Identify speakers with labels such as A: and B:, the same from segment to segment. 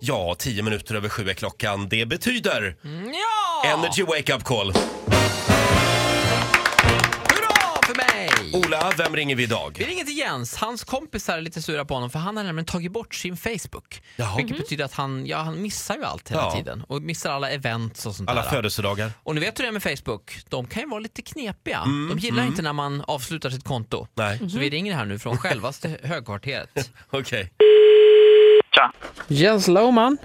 A: Ja, tio minuter över sju är klockan. Det betyder
B: Mm. Ja!
A: Energy Wake Up Call.
B: Hurra för mig!
A: Ola, vem ringer vi idag?
B: Vi ringer till Jens. Hans kompisar är lite sura på honom för han har nämligen tagit bort sin Facebook.
A: Jaha. Mhm.
B: Vilket betyder att han, ja, han missar ju allt hela
A: Ja.
B: tiden och missar alla events och sånt
A: Alla
B: där.
A: födelsedagar.
B: Och ni vet hur det är med Facebook, de kan ju vara lite knepiga. de gillar inte när man avslutar sitt konto.
A: Mm, Nej,
B: Så vi ringer här nu från självaste högkvarteret.
A: okej.
C: Tja.
B: Jens Lohman.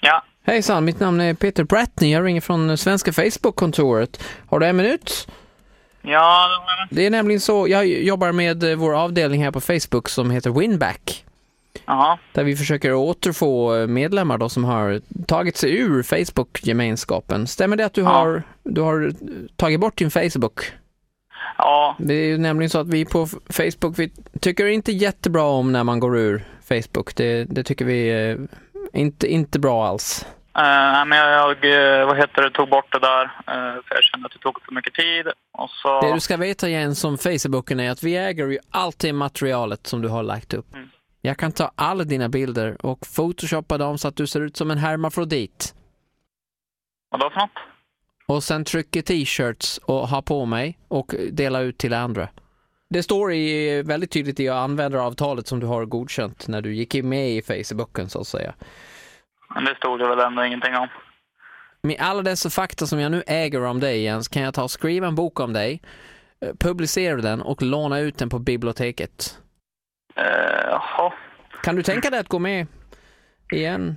C: Ja.
B: Hejsan, mitt namn är Peter Bratney. Jag ringer från svenska Facebook-kontoret. Har du en minut?
C: Ja, det var det.
B: Det är nämligen så, jag jobbar med eh, vår avdelning här på Facebook som heter Winback.
C: Jaha.
B: Där vi försöker återfå eh, medlemmar då som har tagit sig ur Facebook-gemenskapen. Stämmer det att du, har, du har tagit bort din Facebook?
C: Ja.
B: Det är ju nämligen så att vi på F- Facebook, vi tycker inte jättebra om när man går ur Facebook. Det, det tycker vi eh, inte, inte bra alls.
C: Eh, nej, men jag, jag, eh, vad heter det, tog bort det där. eh, för jag kände att det tog för mycket tid. Och så...
B: Det du ska veta Jens om Facebooken är att vi äger ju allt det materialet som du har lagt upp. Jag kan ta alla dina bilder och photoshoppa dem så att du ser ut som en hermafrodit.
C: Vad då för något?
B: och sen trycker t-shirts och har på mig och delar ut till andra. Det står i, väldigt tydligt i användaravtalet som du har godkänt när du gick in med i Facebooken så att säga.
C: Men det stod det väl ändå ingenting om.
B: Med alla dessa fakta som jag nu äger om dig Jens kan jag ta och skriva en bok om dig, eh, publicera den och låna ut den på biblioteket.
C: Eh, Jaha.
B: Kan du tänka dig att gå med igen?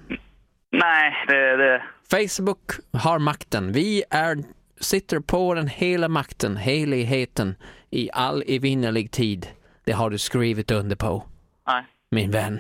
C: nej, det... det.
B: Facebook har makten. Vi är, sitter på den hela makten, heligheten, i all evinnerlig tid. Det har du skrivit under på,
C: Nej.
B: min vän.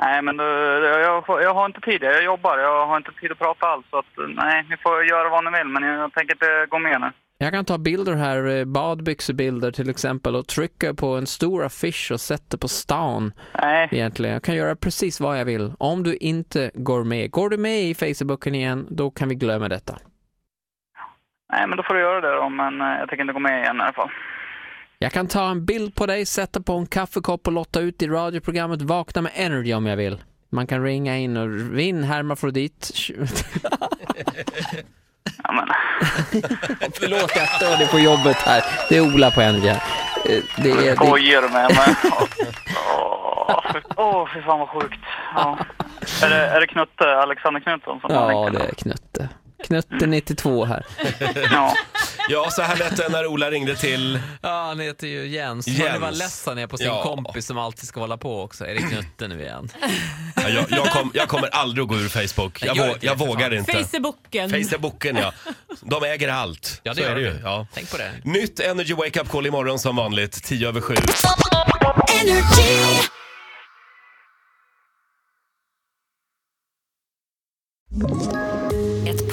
C: Nej, men det, det, jag, får- jag har inte tid. Jag jobbar. Jag har inte tid att prata alls. Så att, eh, nej, ni får göra vad ni vill. Men jag, jag tänker inte gå med nu.
B: Jag kan ta bilder här, eh, badbyxebilder till exempel, och trycka på en stor affisch och sätta på stan
C: Nej.
B: egentligen. Jag kan göra precis vad jag vill, om du inte går med. Går du med i Facebooken igen, då kan vi glömma detta.
C: nej, men då får du göra det då. Men eh, jag tänker inte gå med igen i alla fall.
B: Jag kan ta en bild på dig, sätta på en kaffekopp och lotta ut i radioprogrammet Vakna med Energy om jag vill. Man kan ringa in och vinn hermafrodit.
C: Ja, men,
B: Förlåt, jag stör dig på jobbet här. Det är Ola på Energy. här. Eh, Det är, det,
C: skojar du med mig? Åh, fy- Åh, fy fan vad sjukt. Ja. Är, det, är det Knutte, Alexander Knutsson som man
B: ja,
C: tänker
B: det
C: på?
B: är Knutte. Knutte 92 här.
C: Ja.
A: Ja, så här lät det när Ola ringde till...
B: Ja, han heter ju Jens.
A: Jens. Hörni, vad less
B: han är på
A: sin Ja. kompis
B: som alltid ska hålla på också. Är det Knutte nu igen?
A: Ja, jag, jag, kom, jag kommer aldrig att gå ur Facebook. Jag,
B: gör
A: vå,
B: inte
A: jag
B: det, för
A: vågar inte.
D: Facebooken.
A: Facebooken, ja. De äger allt.
B: Ja, det
A: så
B: gör
A: är det
B: de
A: ju.
B: ju.
A: Ja.
B: Tänk på det.
A: Nytt Energy Wake Up Call imorgon som vanligt, 10 över 7.
E: Ett